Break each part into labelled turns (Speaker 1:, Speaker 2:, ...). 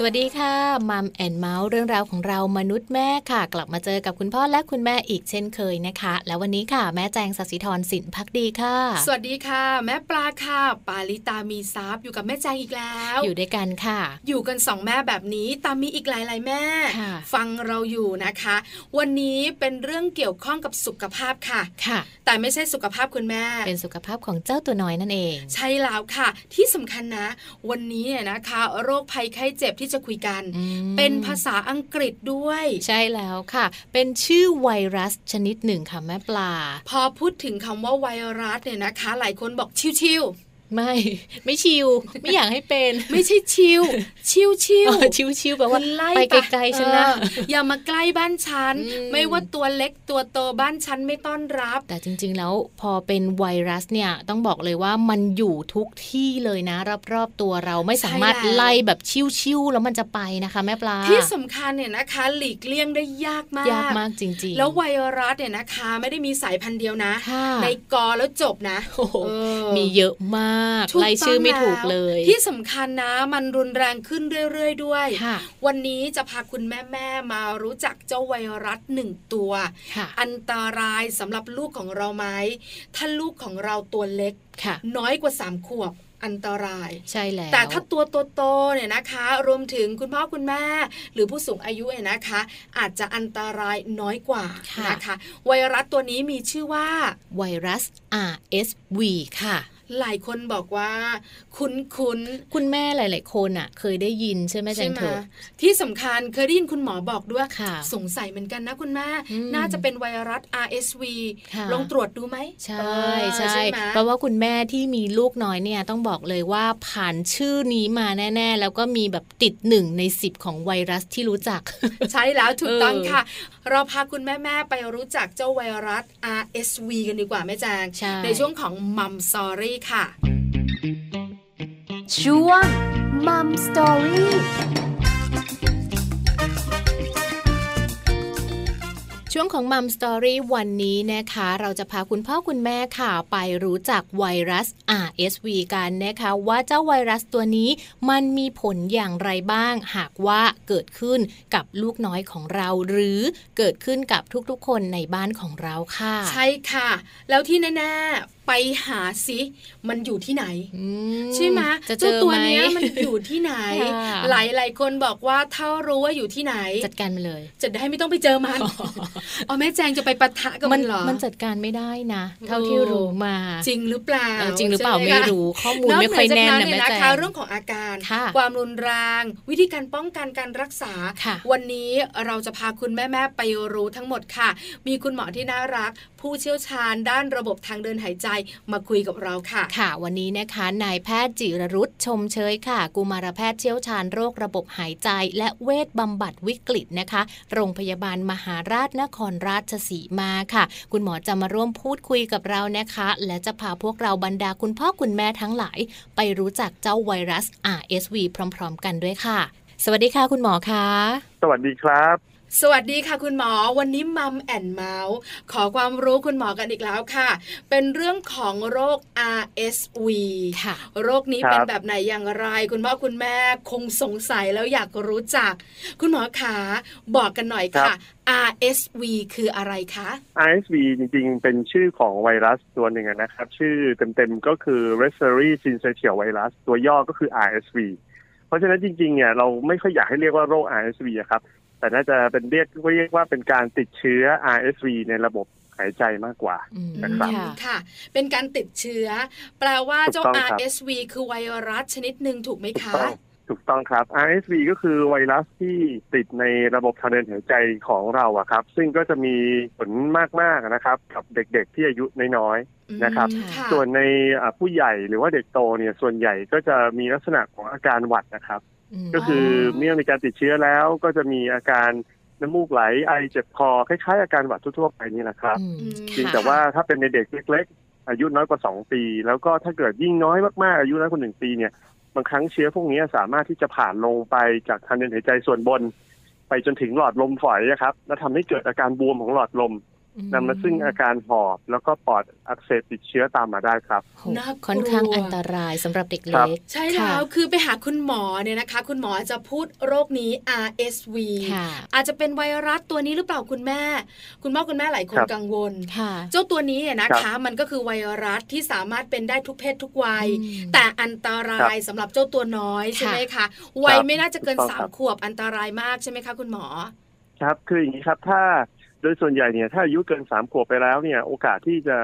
Speaker 1: สวัสดีค่ะมัมแอนเมาส์เรื่องราวของเรามนุษย์แม่ค่ะ กลับมาเจอกับคุณพ่อและคุณแม่อีกเช่นเคยนะคะ แล้ววันนี้ค่ะ แม่แจงสศิธรสินพักดีค่ะ
Speaker 2: สวัสดีค่ะ แม่ปลาค่ะ ปาลิตามีซับอยู่กับแม่แจงอีกแล้ว
Speaker 1: อยู่ด้วยกันค่ะ
Speaker 2: อยู่กันสองแม่แบบนี้ตามมีอีกหลายๆแม่
Speaker 1: ค่ะ
Speaker 2: ฟังเราอยู่นะคะ วันนี้เป็นเรื่องเกี่ยวข้องกับสุขภาพค่ะ
Speaker 1: ค่ะ
Speaker 2: แต่ไม่ใช่สุขภาพคุณแม่
Speaker 1: เป็นสุขภาพของเจ้าตัวน้อยนั่นเอง
Speaker 2: ใช่แล้วค่ะ ที่สำคัญนะ วันนี้เนี่ยนะคะ โรคภัยไข้เจ็บที่จะคุยกัน
Speaker 1: อืม
Speaker 2: เป็นภาษาอังกฤษด้วย
Speaker 1: ใช่แล้วค่ะ เป็นชื่อไวรัสชนิดหนึ่งค่ะแม่ปลา
Speaker 2: พอพูดถึงคำว่าไวรัสเนี่ยนะคะ หลายคนบอกชิว
Speaker 1: ไม่ ไม่ชิว ไม่อยากให้เป็น
Speaker 2: ๆไม่ใช่ชิ ว ชิวชิว
Speaker 1: อ๋อ
Speaker 2: ๆ
Speaker 1: ชิวชิวๆแปลว่า
Speaker 2: คุณล่
Speaker 1: ไป
Speaker 2: ะ
Speaker 1: ไกลๆฉันนะ
Speaker 2: เอออย่ามาใกล้บ้านฉัน
Speaker 1: อืม
Speaker 2: ไม่ว่าตัวเล็กตัวโตบ้านฉันไม่ต้อนรับ
Speaker 1: แต่จริงๆ แล้วพอเป็นไวรัสเนี่ยต้องบอกเลยว่ามันอยู่ทุกที่เลยนะ รอบๆตัวเราไม่สามารถ
Speaker 2: ใช่แล้ว
Speaker 1: ไล่แบบชิวๆแล้วมันจะไปนะคะแม่ปลา
Speaker 2: ที่สำคัญเนี่ยนะคะ หลีกเลี่ยงได้ยากมาก
Speaker 1: ยากมากจริงๆ
Speaker 2: แล้วไวรัสเนี่ยนะคะ ไม่ได้มีสายพันธุ์เดียวนะ
Speaker 1: ค่ะ
Speaker 2: ในกอแล้วจบนะ
Speaker 1: โอ้โห
Speaker 2: เออ
Speaker 1: มีเยอะมาก
Speaker 2: ถูก
Speaker 1: ไล่ชื่อไม่
Speaker 2: ต้ง
Speaker 1: ถูก
Speaker 2: แว
Speaker 1: เลย
Speaker 2: ที่สำคัญนะมันรุนแรงขึ้นเรื่อยๆ ด้วย
Speaker 1: ค่ะ
Speaker 2: วันนี้จะพาคุณแม่ๆมารู้จักเจ้าไวรัสหนึ่งตัว
Speaker 1: ค่ะ
Speaker 2: อันตรายสำหรับลูกของเราไหมถ้าลูกของเราตัวเล็ก
Speaker 1: ค่ะ
Speaker 2: น้อยกว่า 3 ขวบอันตราย
Speaker 1: ใช่แล้ว
Speaker 2: แต่ถ้าตัวโตๆเนี่ยนะคะ รวมถึงคุณพ่อคุณแม่ หรือผู้สูงอายุเนี่ยนะคะ อาจจะอันตรายน้อยกว่านะคะ ไวรัสตัวนี้มีชื่อว่า
Speaker 1: ไวรัส RSV ค่ะ
Speaker 2: หลายคนบอกว่า คุ้นคุ้น
Speaker 1: คุณแม่หลาย ๆ คนอ่ะ เคยได้ยินใช่ไหมจั
Speaker 2: ๆใช่
Speaker 1: น
Speaker 2: ไหม
Speaker 1: เถอะ
Speaker 2: ที่สำคัญเคยได้ยินคุณหมอบอกด้วย
Speaker 1: ค่ะ
Speaker 2: สงสัยเหมือนกันนะคุณแม่
Speaker 1: อืม
Speaker 2: น่าจะเป็นไวรัส RSV
Speaker 1: ค่ะ
Speaker 2: ลองตรวจดูไหม
Speaker 1: ใช่
Speaker 2: เออ
Speaker 1: ใช่
Speaker 2: ไหม
Speaker 1: เพราะว่าคุณแม่ที่มีลูกน้อยเนี่ยต้องบอกเลยว่าผ่านชื่อนี้มาแน่ๆ แล้วก็มีแบบติดหนึ่งในสิบของไวรัสที่รู้จัก
Speaker 2: ใช่แล้วถูกต้อง
Speaker 1: เออ
Speaker 2: ค่ะ เราพาคุณแม่ ๆ ไปรู้จักเจ้าไวรัส RSV กันดีกว่าแม่แจง
Speaker 1: ใช่
Speaker 2: ในช่วงของมัมซอรี่ค่ะ
Speaker 3: ช่วงมัมสตอรี่
Speaker 1: ช่วงของมัมสตอรี่วันนี้นะคะ เราจะพาคุณพ่อคุณแม่ค่ะไปรู้จักไวรัส RSV กันนะคะ ว่าเจ้าไวรัสตัวนี้มันมีผลอย่างไรบ้าง หากว่าเกิดขึ้นกับลูกน้อยของเรา หรือเกิดขึ้นกับทุกๆ คนในบ้านของเราค่ะ
Speaker 2: ใช่ค่ะ แล้วที่แน่ๆ ไปหาสิมันอยู่ที่ไหน
Speaker 1: อื
Speaker 2: ใช่ไหม
Speaker 1: จะเจ
Speaker 2: เจ้า
Speaker 1: อ
Speaker 2: ตัว
Speaker 1: ไห
Speaker 2: เนี้ยมันอยู่ที่ไหน
Speaker 1: ค่ะ
Speaker 2: หลายๆ คนบอกว่าถ้ารู้ว่าอยู่ที่ไหน
Speaker 1: จัดการมันเลย
Speaker 2: จะได้ไม่ต้องไปเจอมันอ๋อแม่แจงจะไปปะทะกับมันเหรอ
Speaker 1: มันจัดการไม่ได้นะ เท่า
Speaker 2: เออ
Speaker 1: ที่รู้มา
Speaker 2: จริงหรือเปล่า
Speaker 1: เออจริงหรือเปล่า
Speaker 2: ใช่
Speaker 1: ไม่
Speaker 2: ค่ะ
Speaker 1: รู้ข้อมูลไม่ค่อยแน่นนะแม่
Speaker 2: อกจาก
Speaker 1: แจ
Speaker 2: นะคะ
Speaker 1: ง
Speaker 2: เรื่องของอาการ
Speaker 1: ค่ะ
Speaker 2: ความรุนแรง วิธีการป้องกันการรักษา
Speaker 1: ค่ะ
Speaker 2: วันนี้เราจะพาคุณแม่ ๆ ไปรู้ทั้งหมดค่ะ มีคุณหมอที่น่ารัก ผู้เชี่ยวชาญด้านระบบทางเดินหายใจมาคุยกับเราค่ะ
Speaker 1: ค่ะวันนี้นะคะนายแพทย์จิรรุตชมเชยค่ะ กุมารแพทย์เชี่ยวชาญโรคระบบหายใจ และเวชบำบัดวิกฤตนะคะ โรงพยาบาลมหาราชนครราชสีมาค่ะ คุณหมอจะมาร่วมพูดคุยกับเรานะคะ และจะพาพวกเราบรรดาคุณพ่อคุณแม่ทั้งหลาย ไปรู้จักเจ้าไวรัส RSV พร้อม ๆ กันด้วยค่ะ สวัสดีค่ะคุณหมอคะ
Speaker 4: สวัสดีครับ
Speaker 2: สวัสดีค่ะคุณหมอ วันนี้มัมแอนเมาส์ขอความรู้คุณหมอกันอีกแล้วค่ะ เป็นเรื่องของโรค RSV
Speaker 1: ค่ะ
Speaker 2: โรคนี้
Speaker 4: ครับ
Speaker 2: เป็นแบบไหนอย่างไร คุณพ่อคุณแม่คงสงสัยแล้วอยากรู้จัก คุณหมอขาบอกกันหน่อยค่ะ RSV คืออะไรคะ
Speaker 4: RSV จริงๆ เป็นชื่อของไวรัสตัวหนึ่งอะนะครับ ชื่อเต็มๆ ก็คือ respiratory syncytial virus ตัวย่อก็คือ RSV เพราะฉะนั้นจริงๆ เนี่ยเราไม่ค่อยอยากให้เรียกว่าโรค RSV อะครับ แต่น่าจะเป็นเรียกเรียกว่าเป็นการติดเชื้อ RSV ในระบบหายใจมากกว่า
Speaker 1: อืม
Speaker 4: นะครับ
Speaker 1: ค่ะ
Speaker 2: ค่ะ เป็นการติดเชื้อ แปลว่าเจ้า
Speaker 4: ถูกต้องครับ
Speaker 2: RSV คือไวรัสชนิดหนึ่งถูกไหม
Speaker 4: ถูก
Speaker 2: คะ
Speaker 4: ต้องถูกต้องครับ RSV ก็คือไวรัสที่ติดในระบบทางเดินหายใจของเราอะครับ ซึ่งก็จะมีผลมากๆนะครับกับเด็กๆ ที่อายุน้อยๆ นะครับ
Speaker 2: อืม
Speaker 4: ส่วนในอ่ะผู้ใหญ่หรือว่าเด็กโตเนี่ยส่วนใหญ่ก็จะมีลักษณะของอาการหวัดนะครับ ก็คือเมื่อมีการติดเชื้อแล้วก็จะมีอาการน้ำมูกไหลไอเจ็บคอคล้ายๆอาการหวัดทั่วๆไปนี่แหละครับ
Speaker 1: อืม
Speaker 4: เพียง
Speaker 1: ค่ะ
Speaker 4: แต่ว่าถ้าเป็นในเด็กเล็ก ๆ อายุน้อยกว่า 2 ปี แล้วก็ถ้าเกิดยิ่งน้อยมากๆอายุน้อยกว่าหนึ่งปีเนี่ยบางครั้งเชื้อพวกนี้สามารถที่จะผ่านลงไปจากทางเดินหายใจส่วนบน ไปจนถึงหลอดลมฝอยอะครับแล้วทำให้เกิดอาการบวมของหลอดลม นำมาซึ่งอาการหอบ แล้วก็ปอดอักเสบติดเชื้อตามมาได้ครับ
Speaker 1: โห
Speaker 2: น่ากลัว
Speaker 1: ค่อนข้างอันตรายสำหรับเด็ก
Speaker 4: ครั
Speaker 1: เล็
Speaker 4: บ
Speaker 1: ก
Speaker 2: ใช่แล้วคือไปหาคุณหมอเนี่ยนะคะ คุณหมอจะพูดโรคนี้ RSV
Speaker 1: ค่ะ
Speaker 2: อาจจะเป็นไวรัสตัวนี้หรือเปล่าคุณแม่ คุณพ่อคุณแม่หลายคน
Speaker 4: ครับ
Speaker 2: กังวล
Speaker 1: ค่ะ
Speaker 2: เจ้าตัวนี้เนี่ยนะ
Speaker 4: ครั
Speaker 2: คะ
Speaker 4: บ
Speaker 2: มันก็คือไวรัสที่สามารถเป็นได้ทุกเพศทุกวัย
Speaker 1: อืม
Speaker 2: แต่อันตรายสำหรับเจ้าตัวน้อยใช่ไหมคะวัยไม่น่าจะเกิน
Speaker 4: ถูกต้อง
Speaker 2: สาม
Speaker 4: ครับ
Speaker 2: ขวบอันตรายมากใช่ไหมคะคุณหมอ
Speaker 4: ครับคืออย่างนี้ครับถ้าโดยส่วนใหญ่เนี่ยถ้าอายุเกินสามขวบไปแล้วเนี่ยโอกาสที่จะ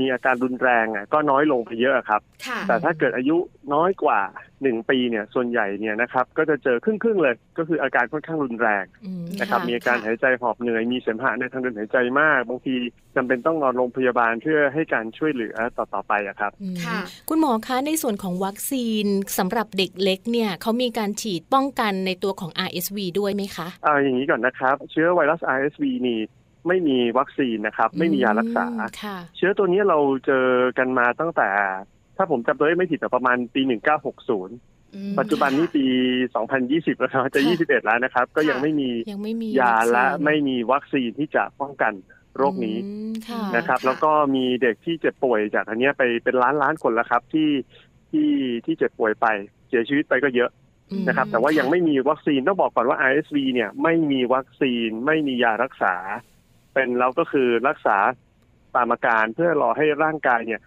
Speaker 4: มีอาการรุนแรงอ่ะก็น้อยลงไปเยอะครับ
Speaker 2: ค่ะ
Speaker 4: แต่ถ้าเกิดอายุน้อยกว่าหนึ่งปีเนี่ยส่วนใหญ่เนี่ยนะครับก็จะเจอครึ่งๆเลย ก็คืออาการค่อนข้างรุนแรง
Speaker 1: อืม
Speaker 4: นะครับ
Speaker 2: ค่ะ
Speaker 4: มีอาการ
Speaker 2: ค่ะ
Speaker 4: หายใจหอบเหนื่อยมีเสมหะในทางเดินหายใจมาก บางทีจำเป็นต้องนอนโรงพยาบาลเพื่อให้การช่วยเหลือต่อๆไปอะครับ
Speaker 1: อืม
Speaker 2: ค่ะ
Speaker 1: คุณหมอคะในส่วนของวัคซีนสำหรับเด็กเล็กเนี่ยเขามีการฉีดป้องกันในตัวของ RSV ด้วยไหมคะ
Speaker 4: เอาอย่างนี้ก่อนนะครับ เชื้อไวรัส RSV นี่ไม่มีวัคซีนนะครับ ไม่มียารักษา
Speaker 1: อืมค่ะ
Speaker 4: เชื้อตัวนี้เราเจอกันมาตั้งแต่ ถ้าผมจำตัวเลขไม่ผิดแต่ประมาณปี 1960
Speaker 2: อืม
Speaker 4: ปัจจุบันนี้ปี 2020 แล้วนะจะ
Speaker 1: ค่ะ
Speaker 4: 21 แล้วนะครับ ก็ยังไม่มี
Speaker 1: ยังไม่มี
Speaker 4: ยาและ
Speaker 1: วัคซีน
Speaker 4: ไม่มีวัคซีนที่จะป้องกันโรคนี้
Speaker 1: อืมค่ะ
Speaker 4: นะครับ
Speaker 2: ค่ะ
Speaker 4: แล้วก็มีเด็กที่เจ็บป่วยจากอันเนี้ยไปเป็นล้านล้านๆคนแล้วครับที่ที่ที่เจ็บป่วยไปเสียชีวิตไปก็เยอะ
Speaker 1: อืม
Speaker 4: นะครับแต่ว่ายังไม่มีวัคซีนต้องบอกก่อนว่า RSV เนี่ยไม่มีวัคซีนไม่มียารักษา เป็นเราก็คือรักษาตามอาการเพื่อรอให้ร่างกายเนี่ย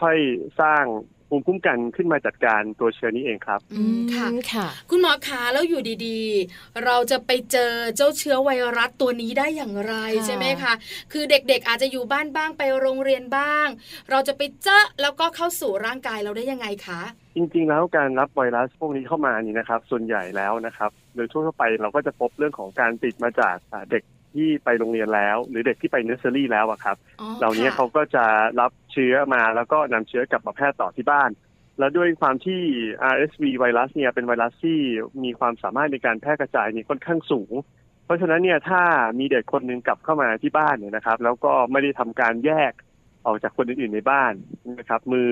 Speaker 4: ค่อยๆสร้างภูมิคุ้มกันขึ้นมาจัดการตัวเชื้อนี้เองครับ
Speaker 2: อืมค่ะ
Speaker 1: ค่ะ
Speaker 2: คุณหมอคะแล้วอยู่ดีๆ เราจะไปเจอเจ้าเชื้อไวรัสตัวนี้ได้อย่างไร
Speaker 1: ค่ะ
Speaker 2: ใช่ไหมคะคือเด็กๆอาจจะอยู่บ้านบ้างไปโรงเรียนบ้าง เราจะไปเจอแล้วก็เข้าสู่ร่างกายเราได้ยังไงคะ
Speaker 4: จริงๆแล้วการรับไวรัสพวกนี้เข้ามานี่นะครับ ส่วนใหญ่แล้วนะครับ โดยทั่วๆไปเราก็จะพบเรื่องของการติดมาจากอ่าเด็กที่ไปโรงเรียนแล้ว หรือเด็กที่ไปเนสเซอรี่แล้วอะครับ
Speaker 2: อ๋อ
Speaker 4: เหล่านี้
Speaker 2: ค่ะ
Speaker 4: เขาก็จะรับเชื้อมาแล้วก็นำเชื้อกลับมาแพร่ต่อที่บ้าน แล้วด้วยความที่ RSV ไวรัสเนี่ยเป็นไวรัสที่มีความสามารถในการแพร่กระจายเนี่ยค่อนข้างสูง เพราะฉะนั้นเนี่ยถ้ามีเด็กคนหนึ่งกลับเข้ามาที่บ้านเนี่ยนะครับ แล้วก็ไม่ได้ทำการแยกออกจากคนอื่นๆในบ้านนะครับ มือ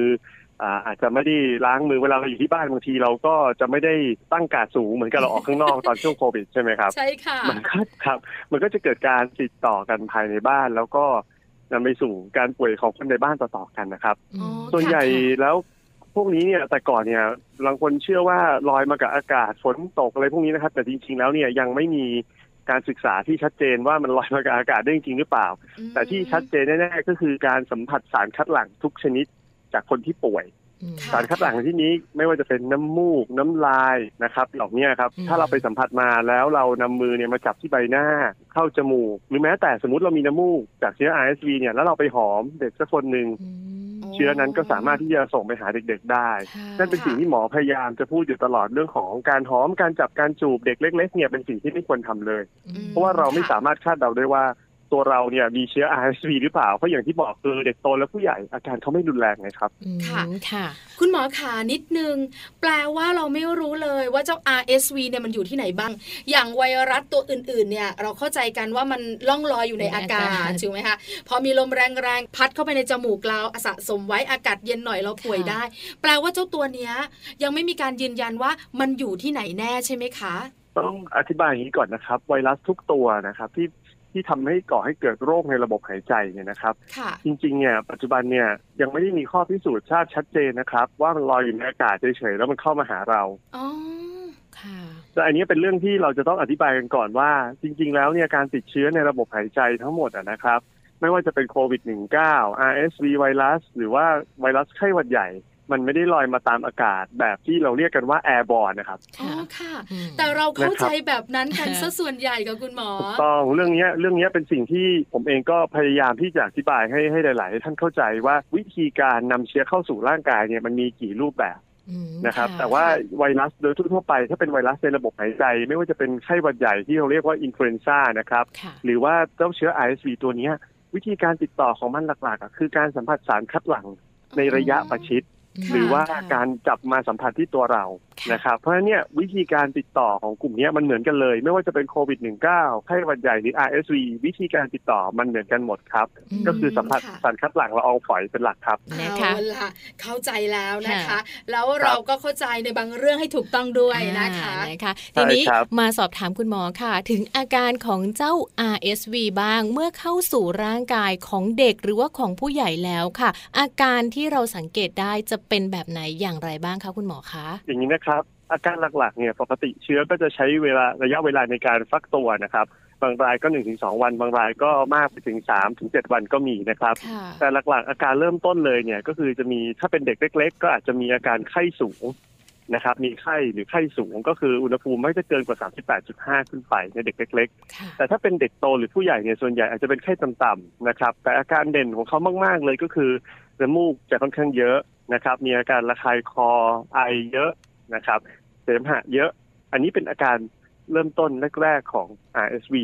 Speaker 4: อ่าอาจจะไม่ได้ล้างมือเวลาเราอยู่ที่บ้านบางที เราก็จะไม่ได้ตั้งกาดสูงเหมือนกับเราออกข้างนอกตอนช่วงโควิดใช่ไหมครับ
Speaker 2: ใช่ค่ะ
Speaker 4: มันก็ ครับ มันก็จะเกิดการติดต่อกันภายในบ้าน แล้วก็นำไปสู่การป่วยของคนในบ้านต่อๆกันนะครับ
Speaker 2: อ๋อ
Speaker 4: ส่วนใหญ่แล้วพวกนี้เนี่ยแต่ก่อนเนี่ยบางคนเชื่อว่าลอยมากับอากาศฝนตกอะไรพวกนี้นะครับ แต่จริงๆแล้วเนี่ยยังไม่มีการศึกษาที่ชัดเจนว่ามันลอยมากับอากาศได้จริงหรือเปล่า
Speaker 2: อืม
Speaker 4: แต่ที่ชัดเจนแน่ๆก็คือการสัมผัสสารคัดหลั่งทุกชนิดจากคนที่ป่วย
Speaker 1: อืม
Speaker 2: ะ
Speaker 4: สารคัดหลั่งในที่นี้ไม่ว่าจะเป็นน้ำมูกน้ำลายนะครับเหล่านี้ครับ
Speaker 1: อืม
Speaker 4: ถ้าเราไปสัมผัสมาแล้วเรานำมือเนี่ยมาจับที่ใบหน้า เข้าจมูก หรือแม้แต่สมมติเรามีน้ำมูกจากเชื้อ RSV เนี่ยแล้วเราไปหอมเด็กสักคนหนึ่ง
Speaker 1: อืม
Speaker 2: อ๋อ
Speaker 4: เชื้อนั้นก็สามารถที่จะส่งไปหาเด็ก ๆ ได้
Speaker 1: ค่ะ
Speaker 4: นั่นเป็นสิ่งที่หมอพยายามจะพูดอยู่ตลอดเรื่องของการหอมการจับการจูบเด็กเล็กๆเนี่ยเป็นสิ่งที่ไม่ควรทำเลย
Speaker 1: อืม
Speaker 4: เพราะว่าเราไม่
Speaker 2: ค่ะ
Speaker 4: สามารถคาดเดาได้ว่าตัวเราเนี่ยมีเชื้อ RSV หรือเปล่าเพราะอย่างที่บอกคือเด็กโตและผู้ใหญ่อาการเขาไม่รุนแรงไงครับ
Speaker 1: อืม
Speaker 2: ค่ะ
Speaker 1: ค่ะ
Speaker 2: คุณหมอขานิดนึง แปลว่าเราไม่รู้เลยว่าเจ้า RSV เนี่ยมันอยู่ที่ไหนบ้าง อย่างไวรัสตัวอื่นๆ เนี่ย เราเข้าใจกันว่ามันล่องลอยอยู่ในอากาศถูกไหมคะพอมีลมแรงๆ พัดเข้าไปในจมูกเราสะสมไว้อากาศเย็นหน่อยเราป่วยได้ แปลว่าเจ้าตัวเนี้ย ยังไม่มีการยืนยันว่ามันอยู่ที่ไหนแน่ใช่ไหมคะ
Speaker 4: ต้องอธิบายอย่างนี้ก่อนนะครับ ไวรัสทุกตัวนะครับ ที่ที่ทำให้ก่อให้เกิดโรคในระบบหายใจเนี่ยนะครับ
Speaker 2: ค่ะ
Speaker 4: จริงๆเนี่ยปัจจุบันเนี่ยยังไม่ได้มีข้อพิสูจน์ทราบชัดเจนนะครับ ว่ามันลอยอยู่ในอากาศเฉยๆแล้วมันเข้ามาหาเรา
Speaker 2: อ๋อ
Speaker 1: ค่ะ
Speaker 4: แต่อันนี้เป็นเรื่องที่เราจะต้องอธิบายกันก่อนว่า จริง ๆ แล้วเนี่ยการติดเชื้อในระบบหายใจทั้งหมดอะนะครับ ไม่ว่าจะเป็นโควิด -19 RSV ไวรัส หรือว่าไวรัสไข้หวัดใหญ่ มันไม่ได้ลอยมาตามอากาศ แบบที่เราเรียกกันว่าแอร์บอลนะครับ
Speaker 2: อ๋อ
Speaker 1: ค่ะ
Speaker 2: ค่ะ
Speaker 1: อืม
Speaker 2: แต่เราเข้าใจแบบนั้นกัน
Speaker 1: นะครับ
Speaker 2: ซะส่วนใหญ่กับคุณหมอ
Speaker 4: ถูกต้องเรื่องเนี้ยเรื่องเนี้ยเป็นสิ่งที่ผมเองก็พยายามที่จะอธิบายให้ให้หลาย ๆ ท่านเข้าใจว่าวิธีการนำเชื้อเข้าสู่ร่างกายเนี่ยมันมีกี่รูปแบบ
Speaker 1: อืม
Speaker 4: นะครับ แต่ว่าไวรัสโดยทั่วๆไป ถ้าเป็นไวรัสในระบบหายใจ ไม่ว่าจะเป็นไข้หวัดใหญ่ที่เราเรียกว่าอินฟลูเอนซ่านะครับ
Speaker 1: ค่ะ
Speaker 4: หรือว่าเจ้าเชื้อ RSV ตัวเนี้ยวิธีการติดต่อของมันหลักๆอ่ะคือการสัมผัสสารคัดหลั่งในระยะประชิด
Speaker 2: ค่ะ
Speaker 4: หรือว่าการจับมาสัมผัสที่ตัวเรา นะครับเพราะฉะนั้นเนี่ยวิธีการติดต่อของกลุ่มเนี้ยมันเหมือนกันเลย ไม่ว่าจะเป็นโควิด -19 ไข้หวัดใหญ่หรือ RSV วิธีการติดต่อมันเหมือนกันหมดครับ
Speaker 1: ม
Speaker 4: ก็คือสัมผัส
Speaker 2: ค่ะ
Speaker 4: สารคัดหลั่งละอองฝอยเป็นหลักครับ
Speaker 1: นะคะ
Speaker 2: เอาล่ะเข้าใจแล้วนะคะ
Speaker 1: ค่ะ
Speaker 2: แล้วเราก็เข้าใจในบางเรื่องให้ถูกต้องด้วยนะคะ
Speaker 1: อ่านะคะ
Speaker 4: ใช่
Speaker 1: ทีนี้
Speaker 4: ครับ
Speaker 1: มาสอบถามคุณหมอค่ะ ถึงอาการของเจ้า RSV บ้างเมื่อเข้าสู่ร่างกายของเด็กหรือว่าของผู้ใหญ่แล้วค่ะ อาการที่เราสังเกตได้จะเป็นแบบไหนอย่างไรบ้างคะคุณหมอคะ
Speaker 4: อย่างนี้นะครับ อาการหลักๆเนี่ยปกติเชื้อก็จะใช้เวลาระยะเวลาในการฟักตัวนะครับบางรายก็ 1-2 วัน บางรายก็มากไปถึง 3-7 วันก็มีนะครับ
Speaker 1: ค่ะ
Speaker 4: แต่หลักๆ อาการเริ่มต้นเลยเนี่ยก็คือจะมีถ้าเป็นเด็กเล็ก ๆ ก็อาจจะมีอาการไข้สูงนะครับมีไข้หรือไข้สูง ก็คืออุณหภูมิไม่จะเกินกว่า 38.5 ขึ้นไปในเด็กเล็ก
Speaker 1: ค่ะ
Speaker 4: ๆ แต่ถ้าเป็นเด็กโตหรือผู้ใหญ่เนี่ยส่วนใหญ่อาจจะเป็นไข้ต่ำๆนะครับแต่อาการเด่นของเขามากๆเลยก็คือน้ำมูกจะค่อนข้างเยอะนะครับมีอาการระคายคอไอเยอะนะครับเสมหะเยอะ อันนี้เป็นอาการเริ่มต้นแรก ๆของ RSV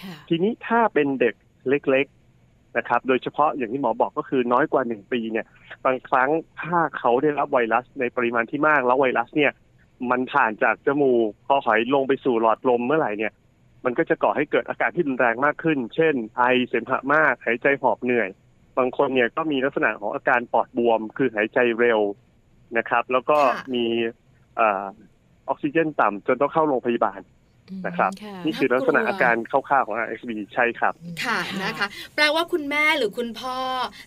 Speaker 1: ค่ะ
Speaker 4: ทีนี้ถ้าเป็นเด็กเล็กๆนะครับ โดยเฉพาะอย่างที่หมอบอกก็คือน้อยกว่าหนึ่งปีเนี่ย บางครั้งถ้าเขาได้รับไวรัสในปริมาณที่มากแล้วไวรัสเนี่ย มันผ่านจากจมูกคอหอยลงไปสู่หลอดลมเมื่อไหร่เนี่ย มันก็จะก่อให้เกิดอาการที่รุนแรงมากขึ้น เช่น ไอเสมหะมาก หายใจหอบเหนื่อย บางคนเนี่ยก็มีลักษณะของอาการปอดบวม คือหายใจเร็วนะครับ แล้วก็
Speaker 2: ค่ะ
Speaker 4: มีเออออกซิเจนต่ำจนต้องเข้าโรงพยาบาล นะครับ
Speaker 1: ค่ะ
Speaker 4: นี่คือลักษณะอาการคร่าวๆของ RSV ใช่ครับ
Speaker 2: ค่ะนะคะ แปลว่าคุณแม่หรือคุณพ่อ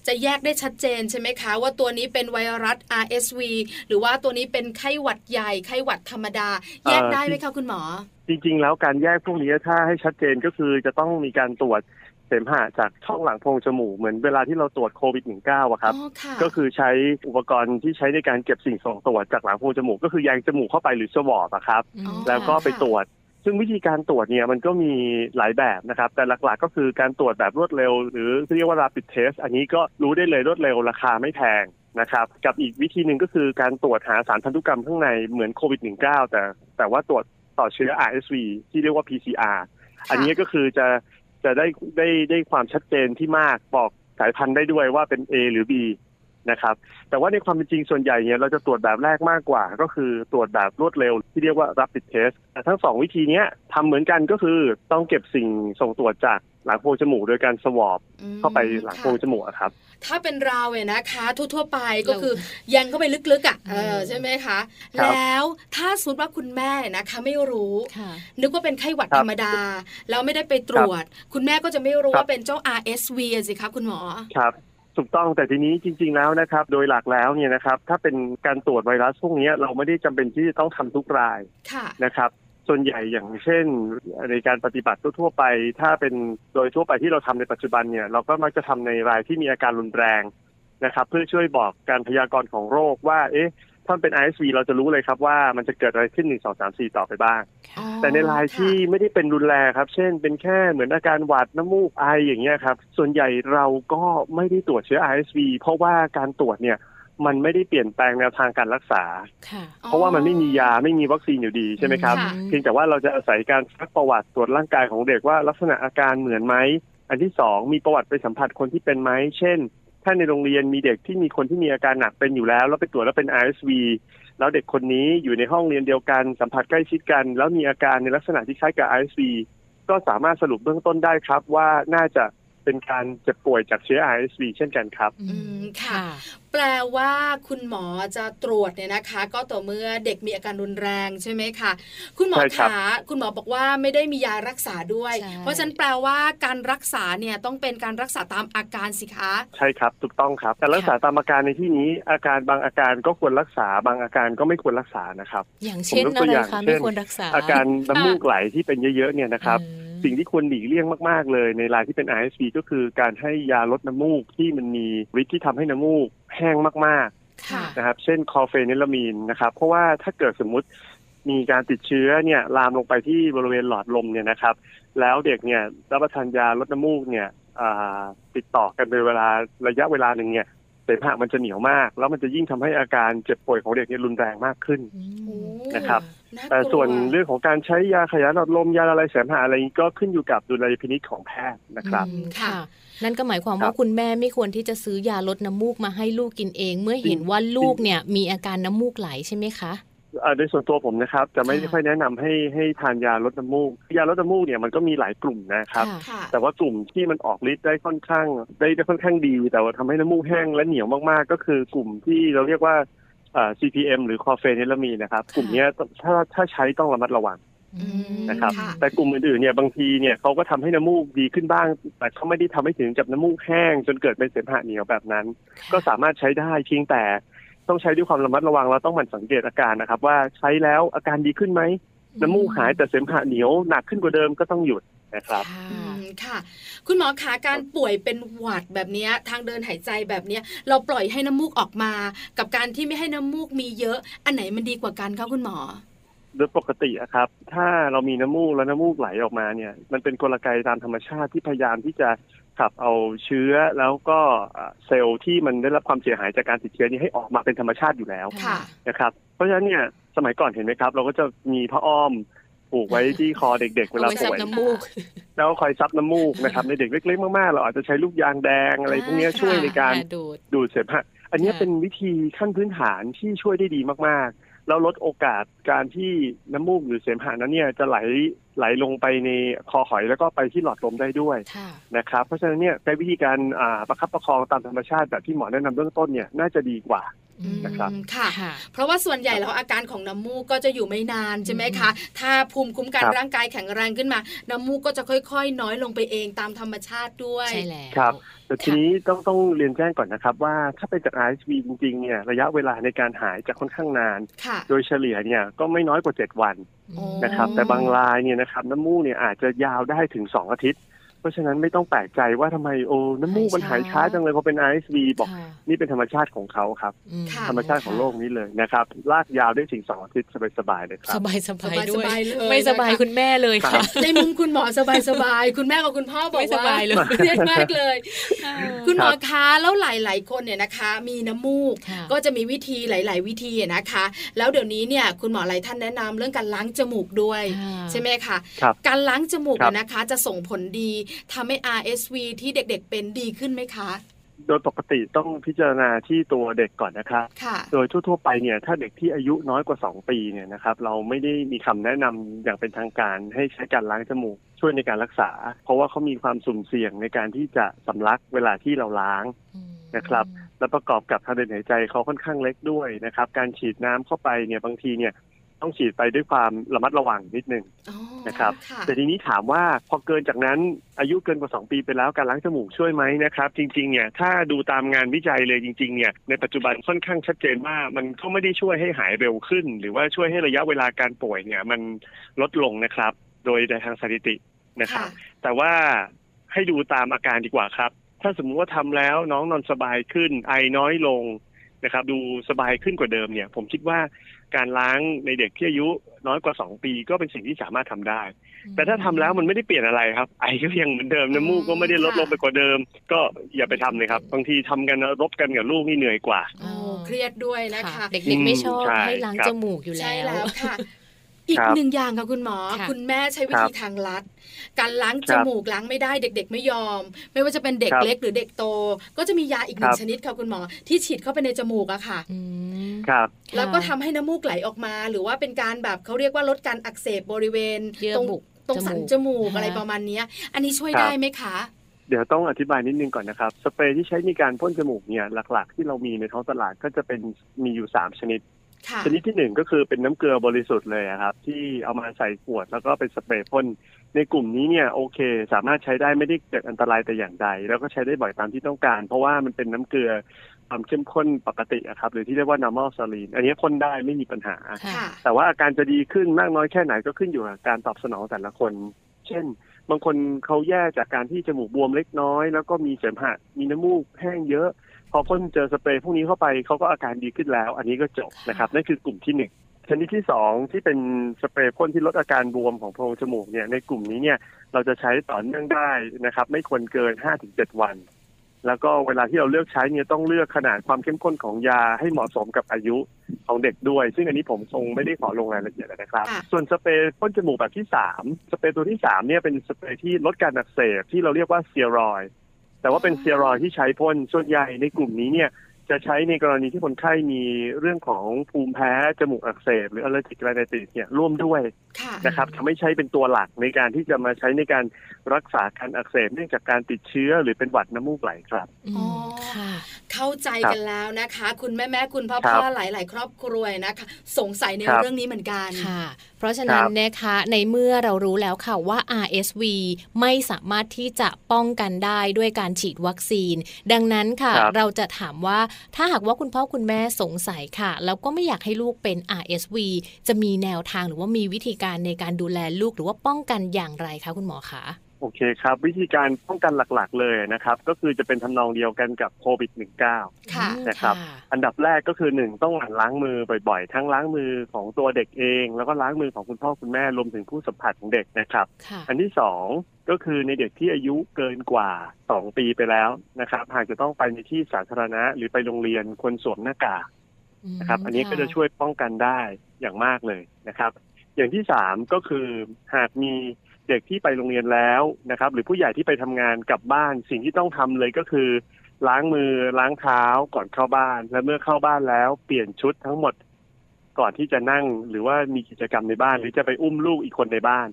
Speaker 2: จะแยกได้ชัดเจนใช่ไหมคะ ว่าตัวนี้เป็นไวรัส RSV หรือว่าตัวนี้เป็นไข้หวัดใหญ่ไข้หวัดธรรมดา แยกได้ไหมคะคุณหมอ
Speaker 4: จริงๆ แล้วการแยกพวกนี้ถ้าให้ชัดเจนก็คือจะต้องมีการตรวจเสมหะจากช่องหลังโพรงจมูกเหมือนเวลาที่เราตรวจโควิด -19 อะครับ
Speaker 2: อ๋อค่ะ
Speaker 4: ก็คือใช้อุปกรณ์ที่ใช้ในการเก็บสิ่งส่งตรวจจากหลังโพรงจมูก ก็คือแยงจมูกเข้าไปหรือสวอปอะครับ
Speaker 1: อืม
Speaker 2: อ๋อ
Speaker 4: แล้วก็ไป
Speaker 2: ค่ะ
Speaker 4: ตรวจ ซึ่งวิธีการตรวจเนี่ยมันก็มีหลายแบบนะครับ แต่หลักๆ ก็คือการตรวจแบบรวดเร็ว หรือที่เรียกว่า rapid test อันนี้ก็รู้ได้เลยรวดเร็วราคาไม่แพงนะครับ กับอีกวิธีหนึ่งก็คือการตรวจหาสารพันธุกรรมข้างในเหมือนโควิด -19 แต่แต่ว่าตรวจต่อเชื้อ RSV ที่เรียกว่า PCR อันนี้ก็คือจะจะได้ได้ได้ความชัดเจนที่มากบอกสายพันธุ์ได้ด้วยว่าเป็น A หรือ B นะครับ แต่ว่าในความเป็นจริงส่วนใหญ่เนี่ยเราจะตรวจแบบแรกมากกว่า ก็คือตรวจแบบรวดเร็วที่เรียกว่า rapid test แต่ทั้งสองวิธีเนี้ยทำเหมือนกันก็คือต้องเก็บสิ่งส่งตรวจจากหลังโพรงจมูกโดยการสวอป
Speaker 2: อืม
Speaker 4: เข้าไปหลังโพรงจ
Speaker 2: ค่ะ
Speaker 4: มูกอะครับ
Speaker 2: ถ้าเป็นเราเนี่ยนะคะ ทั่วๆไป
Speaker 1: เรา
Speaker 2: ก็คือแยังเข้าไปลึกๆอ่ะเออ
Speaker 1: ม
Speaker 2: ใช่ไหมคะ
Speaker 4: ครับ
Speaker 2: แล้วถ้าสมมติว่าคุณแม่เนี่ยนะคะ ไม่รู้
Speaker 1: ค่ะ
Speaker 2: นึกว่าเป็นไข้หวัด
Speaker 4: ครับ
Speaker 2: ธรรมดา แล้วไม่ได้ไปตรวจ คุณแม่ก็จะไม่รู้
Speaker 4: ครับ
Speaker 2: ว่าเป็นเจ้า RSV อะสิคะคุณหมอ
Speaker 4: ครับถูกต้องแต่ทีนี้จริง ๆแล้วนะครับ โดยหลักแล้วเนี่ยนะครับ ถ้าเป็นการตรวจไวรัสพวกเนี้ยเราไม่ได้จำเป็นที่จะต้องทำทุกราย
Speaker 2: ค่ะ
Speaker 4: นะครับ ส่วนใหญ่อย่างเช่นในการปฏิบัติทั่วๆไป ถ้าเป็นโดยทั่วไปที่เราทำในปัจจุบันเนี่ยเราก็มักจะทำในรายที่มีอาการรุนแรงนะครับ เพื่อช่วยบอกการพยากรณ์ของโรคว่า เอ๊ะถ้ามันเป็น ISV เราจะรู้เลยครับว่ามันจะเกิดอะไรขึ้น 1 2 3 4 ต่อไปบ้าง
Speaker 1: ค่ะ
Speaker 4: แต่ในรายที่ไม่ได้เป็นรุนแรงครับ เช่น เป็นแค่เหมือนอาการหวัดน้ำมูกไออย่างเงี้ยครับ ส่วนใหญ่เราก็ไม่ได้ตรวจเชื้อ ISV เพราะว่าการตรวจเนี่ยมันไม่ได้เปลี่ยนแปลงแนวทางการรักษา
Speaker 1: ค่ะ
Speaker 4: เพราะว่ามันไม่มียาไม่มีวัคซีนอยู่ดีใช่ไหมครับ
Speaker 2: ค่ะ
Speaker 4: เพียงแต่ว่าเราจะอาศัยการซักประวัติตรวจร่างกายของเด็กว่าลักษณะอาการเหมือนไหม อันที่สองมีประวัติไปสัมผัสคนที่เป็นไหม เช่น ถ้าในโรงเรียนมีเด็กที่มีคนที่มีอาการหนักเป็นอยู่แล้ว แล้วไปตรวจแล้วเป็น RSV แล้วเด็กคนนี้อยู่ในห้องเรียนเดียวกันสัมผัสใกล้ชิดกัน แล้วมีอาการในลักษณะที่คล้ายกับ RSV ก็สามารถสรุปเบื้องต้นได้ครับว่าน่าจะเป็นการเจ็บป่วยจากเชื้อ RSV เช่นกันครับ
Speaker 1: อืม
Speaker 2: ค่ะ แปลว่าคุณหมอจะตรวจเนี่ยนะคะ ก็ต่อเมื่อเด็กมีอาการรุนแรงใช่ไหมคะคุณหมอ
Speaker 4: ใช่ครับ
Speaker 2: ขาคุณหมอบอกว่าไม่ได้มียารักษาด้วย
Speaker 1: ใช่
Speaker 2: เพราะฉะนั้นแปลว่าการรักษาเนี่ยต้องเป็นการรักษาตามอาการสิคะ
Speaker 4: ใช่ครับ ถูกต้องครับแต่รักษาตามอาการในที่นี้ อาการบางอาการก็ควรรักษา บางอาการก็ไม่ควรรักษานะครับ
Speaker 1: อย่างเช่น
Speaker 4: ผมย
Speaker 1: อะ
Speaker 4: กตัว
Speaker 1: ไร
Speaker 4: อย่าง
Speaker 1: คะ
Speaker 4: เช่น
Speaker 1: ไม่ควรรักษา
Speaker 4: อาการน้ำมูกไหลที่เป็นเยอะๆเนี่ยนะครับ
Speaker 1: อืม
Speaker 4: สิ่งที่ควรหลีกเลี่ยงมากๆเลยในรายที่เป็น RSV ก็คือการให้ยาลดน้ำมูกที่มันมีฤทธิ์ที่ทำให้น้ำมูกแห้งมาก
Speaker 1: ค่ะ
Speaker 4: ๆนะครับ เช่นคอเฟนิลามีนนะครับ เพราะว่าถ้าเกิดสมมุติมีการติดเชื้อเนี่ยลามลงไปที่บริเวณหลอดลมเนี่ยนะครับ แล้วเด็กเนี่ยรับประทานยาลดน้ำมูกเนี่ยอ่าติดต่อกันเป็นเวลาระยะเวลาหนึ่งเนี่ยเสมหะมันจะเหนียวมาก แล้วมันจะยิ่งทำให้อาการเจ็บป่วยของเด็กเนี่ยรุนแรงมากขึ้น
Speaker 1: อืม
Speaker 2: โอ้
Speaker 4: นะครับ
Speaker 2: าก
Speaker 4: แต่ส่วน
Speaker 2: กลั
Speaker 4: เรื่องของการใช้ยาขยายหลอดลมยาละลายเสมหะอะไรนี้ก็ขึ้นอยู่กับดุลยพินิจของแพทย์นะครับ
Speaker 1: อืม
Speaker 2: ค่ะ
Speaker 1: ค่ะ นั่นก็หมายความ
Speaker 4: ครั
Speaker 1: ว่า
Speaker 4: บ
Speaker 1: คุณแม่ไม่ควรที่จะซื้อยาลดน้ำมูกมาให้ลูกกินเอง เมื่อเห็นว่าลูกเนี่ยมีอาการน้ำมูกไหลใช่ไหมคะ
Speaker 4: เอ่อโดยส่วนตัวผมนะครับ จะไม่
Speaker 1: ค่ะ
Speaker 4: ค่อยแนะนำให้ให้ทานยาลดน้ำมูก ยาลดน้ำมูกเนี่ยมันก็มีหลายกลุ่มนะครับ
Speaker 1: ค่ะ
Speaker 2: ค่ะ
Speaker 4: แต่ว่ากลุ่มที่มันออกฤทธิ์ได้ค่อนข้างได้ได้ค่อนข้างดี แต่ว่าทำให้น้ำมูกแห้งและเหนียวมากๆ ก็คือกลุ่มที่เราเรียกว่าเอ่อ CPM หรือคอเฟนิลามีนนะครับ กลุ่มเนี้ยถ้าถ้าใช้ต้องระมัดระวัง
Speaker 1: อืม
Speaker 4: นะครับ
Speaker 2: ค่ะ
Speaker 4: แต่กลุ่มอื่นๆเนี่ยบางทีเนี่ยเขาก็ทำให้น้ำมูกดีขึ้นบ้าง แต่เขาไม่ได้ทำให้ถึงกับน้ำมูกแห้ง จนเกิดเป็นเสมหะเหนียวแบบนั้น ก็สามารถใช้ได้เพียงแต่ต้องใช้ด้วยความระมัดระวังเราต้องหมั่นสังเกตอาการนะครับ ว่าใช้แล้วอาการดีขึ้นไหมน้ำมูกหายแต่เสมหะเหนียวหนักขึ้นกว่าเดิมก็ต้องหยุดนะครับ
Speaker 1: ค่ะ
Speaker 2: อืมค่ะ คุณหมอขาการป่วยเป็นหวัดแบบเนี้ยทางเดินหายใจแบบเนี้ยเราปล่อยให้น้ำมูกออกมา กับการที่ไม่ให้น้ำมูกมีเยอะ อันไหนมันดีกว่ากันคะคุณหมอ
Speaker 4: โดยปกติอะครับ ถ้าเรามีน้ำมูกแล้วน้ำมูกไหลออกมาเนี่ย มันเป็นกลไกตามธรรมชาติที่พยายามที่จะขับเอาเชื้อแล้วก็เซลล์ที่มันได้รับความเสียหายจากการติดเชื้อนี้ให้ออกมาเป็นธรรมชาติอยู่แล้ว
Speaker 2: ค่ะ
Speaker 4: นะครับเพราะฉะนั้นเนี่ยสมัยก่อนเห็นไหมครับ เราก็จะมีผ้าอ้อมผูกไว้ที่คอเด็ก ๆ เวลา
Speaker 1: อไปซั
Speaker 4: ป่
Speaker 1: บ
Speaker 4: วย
Speaker 1: น้ำมูก
Speaker 4: แล้วก็คอยซับน้ำมูกนะครับ ในเด็กเล็ก ๆ มาก ๆ เราอาจจะใช้ลูกยางแดงอะไรพวกเนี้ย
Speaker 2: อ่า
Speaker 4: ช่วยในการ
Speaker 1: อ่ดูด
Speaker 4: ดูดเสมหะอันเนี้ย
Speaker 1: ค่ะ
Speaker 4: เป็นวิธีขั้นพื้นฐานที่ช่วยได้ดีมากๆ แล้วลดโอกาสการที่น้ำมูกหรือเสมหะนั้นเนี่ยจะไหลไหลลงไปในคอหอยแล้วก็ไปที่หลอดลมได้ด้วย
Speaker 1: ค่ะ
Speaker 4: นะครับเพราะฉะนั้นเนี่ยใช้วิธีการอ่าประคับประคองตามธรรมชาติแบบที่หมอแนะนำเบื้องต้นเนี่ยน่าจะดีกว่า
Speaker 1: อืม
Speaker 4: นะครับ
Speaker 2: ค่ะ
Speaker 1: ค่ะ
Speaker 2: เพราะว่าส่วนใหญ่แล้วอาการของน้ำมูกก็จะอยู่ไม่นานใช่ไหมคะ ถ้าภูมิคุ้มกัน
Speaker 4: ครับ
Speaker 2: ร่างกายแข็งแรงขึ้นมา น้ำมูกก็จะค่อยๆ น้อยลงไปเองตามธรรมชาติด้วย
Speaker 1: ใช่แล้ว
Speaker 4: ครับ แต่ทีนี้ต้องต้องเรียนแจ้งก่อนนะครับ ว่าถ้าเป็นจาก RSV จริงๆเนี่ยระยะเวลาในการหายจะค่อนข้างนาน
Speaker 2: ค่ะ
Speaker 4: โดยเฉลี่ยเนี่ยก็ไม่น้อยกว่า 7 วัน
Speaker 1: อืม
Speaker 4: นะครับ
Speaker 2: อ๋อ
Speaker 4: แต่บางรายเนี่ยนะครับน้ำมูกเนี่ยอาจจะยาวได้ถึง 2 อาทิตย์ เพราะฉะนั้นไม่ต้องแปลกใจว่าทำไมโอ้น้ำมูกมันหา
Speaker 1: หาย ย
Speaker 4: ช้า
Speaker 1: ช้า
Speaker 4: จังเลยเพราะเป็น RSV บอก
Speaker 1: ค่ะ
Speaker 4: นี่เป็นธรรมชาติของเขาครับ
Speaker 1: อืม
Speaker 2: ค่ะ
Speaker 4: ธรรมชาติของโลกนี้เลยนะครับลากยาวได้ถึง 2 อาทิตย์สบายๆเลยครั
Speaker 1: ส
Speaker 4: บ
Speaker 1: บายสบายๆด้วย
Speaker 2: สบายๆเลย
Speaker 1: ไม่สบาย
Speaker 2: นะคะ
Speaker 1: คุณแม่เลย
Speaker 4: ครั
Speaker 1: ค่ะ
Speaker 4: บ
Speaker 2: ในมุมคุณหมอสบายๆ คุณแม่กับคุณพ่อบอก
Speaker 1: ไม่ส
Speaker 2: ว่า
Speaker 1: บายเลย
Speaker 2: เครียดมากเลย คุณหมอ
Speaker 4: ครับ
Speaker 2: คะแล้วหลาย ๆ คนเนี่ยนะคะ มีน้ำมูก
Speaker 1: ค่ะ
Speaker 2: ก็จะมีวิธีหลาย ๆ วิธีอะนะคะ แล้วเดี๋ยวนี้เนี่ยคุณหมอหลายท่านแนะนำเรื่องการล้างจมูกด้วย
Speaker 1: อ่า
Speaker 2: ใช่ไหมคะ
Speaker 4: ครับ
Speaker 2: การล้างจมูก
Speaker 4: ครับ
Speaker 2: อะนะคะ จะส่งผลดีทำให้ RSV ที่เด็ก ๆ เป็นดีขึ้นไหมคะ
Speaker 4: โดยปกติต้องพิจารณาที่ตัวเด็กก่อนนะครับ
Speaker 2: ค่ะ
Speaker 4: โดยทั่วๆไปเนี่ยถ้าเด็กที่อายุน้อยกว่า 2 ปีเนี่ยนะครับเราไม่ได้มีคำแนะนำอย่างเป็นทางการให้ใช้การล้างจมูกช่วยในการรักษา เพราะว่าเขามีความสุ่มเสี่ยงในการที่จะสำลักเวลาที่เราล้าง นะครับ และประกอบกับทางเดินหายใจเขาค่อนข้างเล็กด้วยนะครับการฉีดน้ำเข้าไปเนี่ยบางทีเนี่ยต้องฉีดไปด้วยความระมัดระวังนิดนึง
Speaker 2: อ๋อ
Speaker 4: นะครับ
Speaker 2: ค่ะ
Speaker 4: แต่ทีนี้ถามว่าพอเกินจากนั้นอายุเกินกว่า 2 ปีไปแล้วการล้างจมูกช่วยไหมนะครับ จริงๆเนี่ยถ้าดูตามงานวิจัยเลยจริงๆเนี่ยในปัจจุบันค่อนข้างชัดเจนว่ามันก็ไม่ได้ช่วยให้หายเร็วขึ้น หรือว่าช่วยให้ระยะเวลาการป่วยเนี่ยมันลดลงนะครับ โดยในทางสถิตินะครับ แต่ว่าให้ดูตามอาการดีกว่าครับ ถ้าสมมติว่าทำแล้วน้องนอนสบายขึ้น ไอน้อยลงนะครับ ดูสบายขึ้นกว่าเดิมเนี่ย ผมคิดว่าการล้างในเด็กที่อายุน้อยกว่า 2 ปีก็เป็นสิ่งที่สามารถทำได้ แต่ถ้าทำแล้วมันไม่ได้เปลี่ยนอะไรครับ ไอก็ยังเหมือนเดิมน้ำมูกก็ไม่ได้ลดลงไปกว่าเดิม ก็อย่าไปทำเลยครับ บางทีทำกันรบกันกับลูกนี่เหนื่อยกว่า
Speaker 2: โอ้เครียดด้วยนะ
Speaker 1: ค่ะ
Speaker 2: คะ
Speaker 1: เด็กๆไม่ชอบ
Speaker 4: อืมใช่
Speaker 1: ให้ล้าง
Speaker 4: ครับ
Speaker 1: จมูกอยู่แล้
Speaker 2: ใช่
Speaker 1: ว
Speaker 2: แล้วค่ะ อี
Speaker 4: ค
Speaker 2: ก
Speaker 4: รับ
Speaker 2: หนึ่งอย่างค่ะคุณหมอ
Speaker 1: ค่ะ
Speaker 2: คุณแม่ใช้วิธีทางลัด การล้าง
Speaker 4: ค
Speaker 2: จ
Speaker 4: รับ
Speaker 2: มูกล้างไม่ได้เด็ก ๆ ไม่ยอม ไม่ว่าจะเป็นเด็ก
Speaker 4: ครับ
Speaker 2: เล็กหรือเด็กโต ก็จะมียาอีกหนึ่
Speaker 4: ค
Speaker 2: ง
Speaker 4: รับ
Speaker 2: ชนิดค่ะคุณหมอ ที่ฉีดเข้าไปในจมูกอะค่ะ
Speaker 4: ครับ
Speaker 2: แล้วก็ทำให้น้ำมูกไหลออกมา หรือว่าเป็นการแบบเขาเรียกว่าลดการอักเสบบริเวณ
Speaker 1: เยื่อ
Speaker 2: ตรง
Speaker 1: บุ
Speaker 2: ตรงสันจมูก
Speaker 1: จมูก
Speaker 2: อะไร
Speaker 1: ฮะ
Speaker 2: ประมาณเนี้ย อันนี้ช่วย
Speaker 4: ครับ
Speaker 2: ได้ไหมคะ
Speaker 4: เดี๋ยวต้องอธิบายนิดนึงก่อนนะครับ สเปรย์ที่ใช้ในการพ่นจมูกเนี่ยหลักๆ ที่เรามีในท้องตลาดก็จะเป็นมีอยู่ 3 ชนิด
Speaker 2: ค่ะ
Speaker 4: ชนิดที่หนึ่งก็คือเป็นน้ำเกลือบริสุทธิ์เลยอะครับ ที่เอามาใส่ขวดแล้วก็เป็นสเปรย์พ่นในกลุ่มนี้เนี่ยโอเค สามารถใช้ได้ไม่ได้เกิดอันตรายแต่อย่างใด แล้วก็ใช้ได้บ่อยตามที่ต้องการ เพราะว่ามันเป็นน้ำเกลือความเข้มข้นปกติอะครับ หรือที่เรียกว่า normal saline อันนี้พ่นได้ไม่มีปัญหา
Speaker 1: ค่ะ
Speaker 2: ค่ะ
Speaker 4: แต่ว่าอาการจะดีขึ้นมากน้อยแค่ไหนก็ขึ้นอยู่กับการตอบสนองแต่ละคน เช่น บางคนเขาแย่จากการที่จมูกบวมเล็กน้อย แล้วก็มีเสมหะมีน้ำมูกแห้งเยอะ พอพ่นเจอสเปรย์พวกนี้เข้าไปเขาก็อาการดีขึ้นแล้ว อันนี้ก็จบ
Speaker 1: ค่ะ
Speaker 4: นะครับนั่นคือกลุ่มที่หนึ่งชนิดที่สองที่เป็นสเปรย์พ่นที่ลดอาการบวมของโพรงจมูกเนี่ยในกลุ่มนี้เนี่ยเราจะใช้ต่อเนื่องได้นะครับ ไม่ควรเกิน 5-7 วัน แล้วก็เวลาที่เราเลือกใช้เนี่ยต้องเลือกขนาดความเข้มข้นของยาให้เหมาะสมกับอายุ ของเด็กด้วย ซึ่งอันนี้ผมคงไม่ได้ขอลงรายละเอียดนะครับ
Speaker 2: ค่ะ
Speaker 4: ส่วนสเปรย์พ่นจมูกแบบที่สามสเปรย์ตัวที่สามเนี่ยเป็นสเปรย์ที่ลดการอักเสบที่เราเรียกว่าสเซียรอยด์แต่ว่าเป็นสเซียรอยด์ที่ใช้พ่นส่วนใหญ่ในกลุ่มนี้เนี่ย จะใช้ในกรณีที่คนไข้มีเรื่องของภูมิแพ้จมูกอักเสบหรือ allergic rhinitis เนี่ยร่วมด้วย
Speaker 2: ค่ะ
Speaker 4: นะครับจะไม่ใช้เป็นตัวหลักในการที่จะมาใช้ในการรักษาการอักเสบเนื่องจากการติดเชื้อหรือเป็นหวัดน้ำมูกไหลครับ
Speaker 1: อืม
Speaker 2: อ๋อ
Speaker 1: ค่ะ
Speaker 2: เข้าใจกันแล้วนะคะ คุณแม่แม่ๆคุณพ่อ
Speaker 4: ครั
Speaker 2: พ่
Speaker 4: บ
Speaker 2: อหลาย ๆ ครอบครัวนะคะ สงสัยใน
Speaker 4: ครับ
Speaker 2: เรื่องนี้เหมือนกัน
Speaker 1: ค่ะ เพราะฉะนั้น
Speaker 4: ครับ
Speaker 1: นะคะในเมื่อเรารู้แล้วค่ะว่า RSV ไม่สามารถที่จะป้องกันได้ด้วยการฉีดวัคซีน ดังนั้นค่ะ
Speaker 4: ครับ
Speaker 1: เราจะถามว่าถ้าหากว่าคุณพ่อคุณแม่สงสัยค่ะ แล้วก็ไม่อยากให้ลูกเป็น RSV จะมีแนวทางหรือว่ามีวิธีการในการดูแลลูกหรือว่าป้องกันอย่างไรคะคุณหมอคะ
Speaker 4: โอเคครับ วิธีการป้องกันหลักๆ เลยนะครับ ก็คือจะเป็นทำนองเดียวกันกับโควิด -19
Speaker 2: ค่ะ
Speaker 1: อืม
Speaker 4: นะครับ อันดับแรกก็คือหนึ่งต้องหมั่นล้างมือบ่อยๆ ทั้งล้างมือของตัวเด็กเอง แล้วก็ล้างมือของคุณพ่อคุณแม่รวมถึงผู้สัมผัสของเด็กนะครับ
Speaker 1: ค่ะ
Speaker 4: อันที่สองก็คือในเด็กที่อายุเกินกว่า 2 ปีไปแล้วนะครับหากจะต้องไปในที่สาธารณะ หรือไปโรงเรียนควรสวมหน้ากากนะครับ อันนี้ก็จะช่วยป้องกันได้อย่างมากเลยนะครับ อย่างที่สามก็คือหากมีเด็กที่ไปโรงเรียนแล้วนะครับ หรือผู้ใหญ่ที่ไปทำงานกลับบ้านสิ่งที่ต้องทำเลยก็คือ ล้างมือล้างเท้าก่อนเข้าบ้าน และเมื่อเข้าบ้านแล้วเปลี่ยนชุดทั้งหมด ก่อนที่จะนั่งหรือว่ามีกิจกรรมในบ้าน หรือจะไปอุ้มลูกอีกคนในบ้าน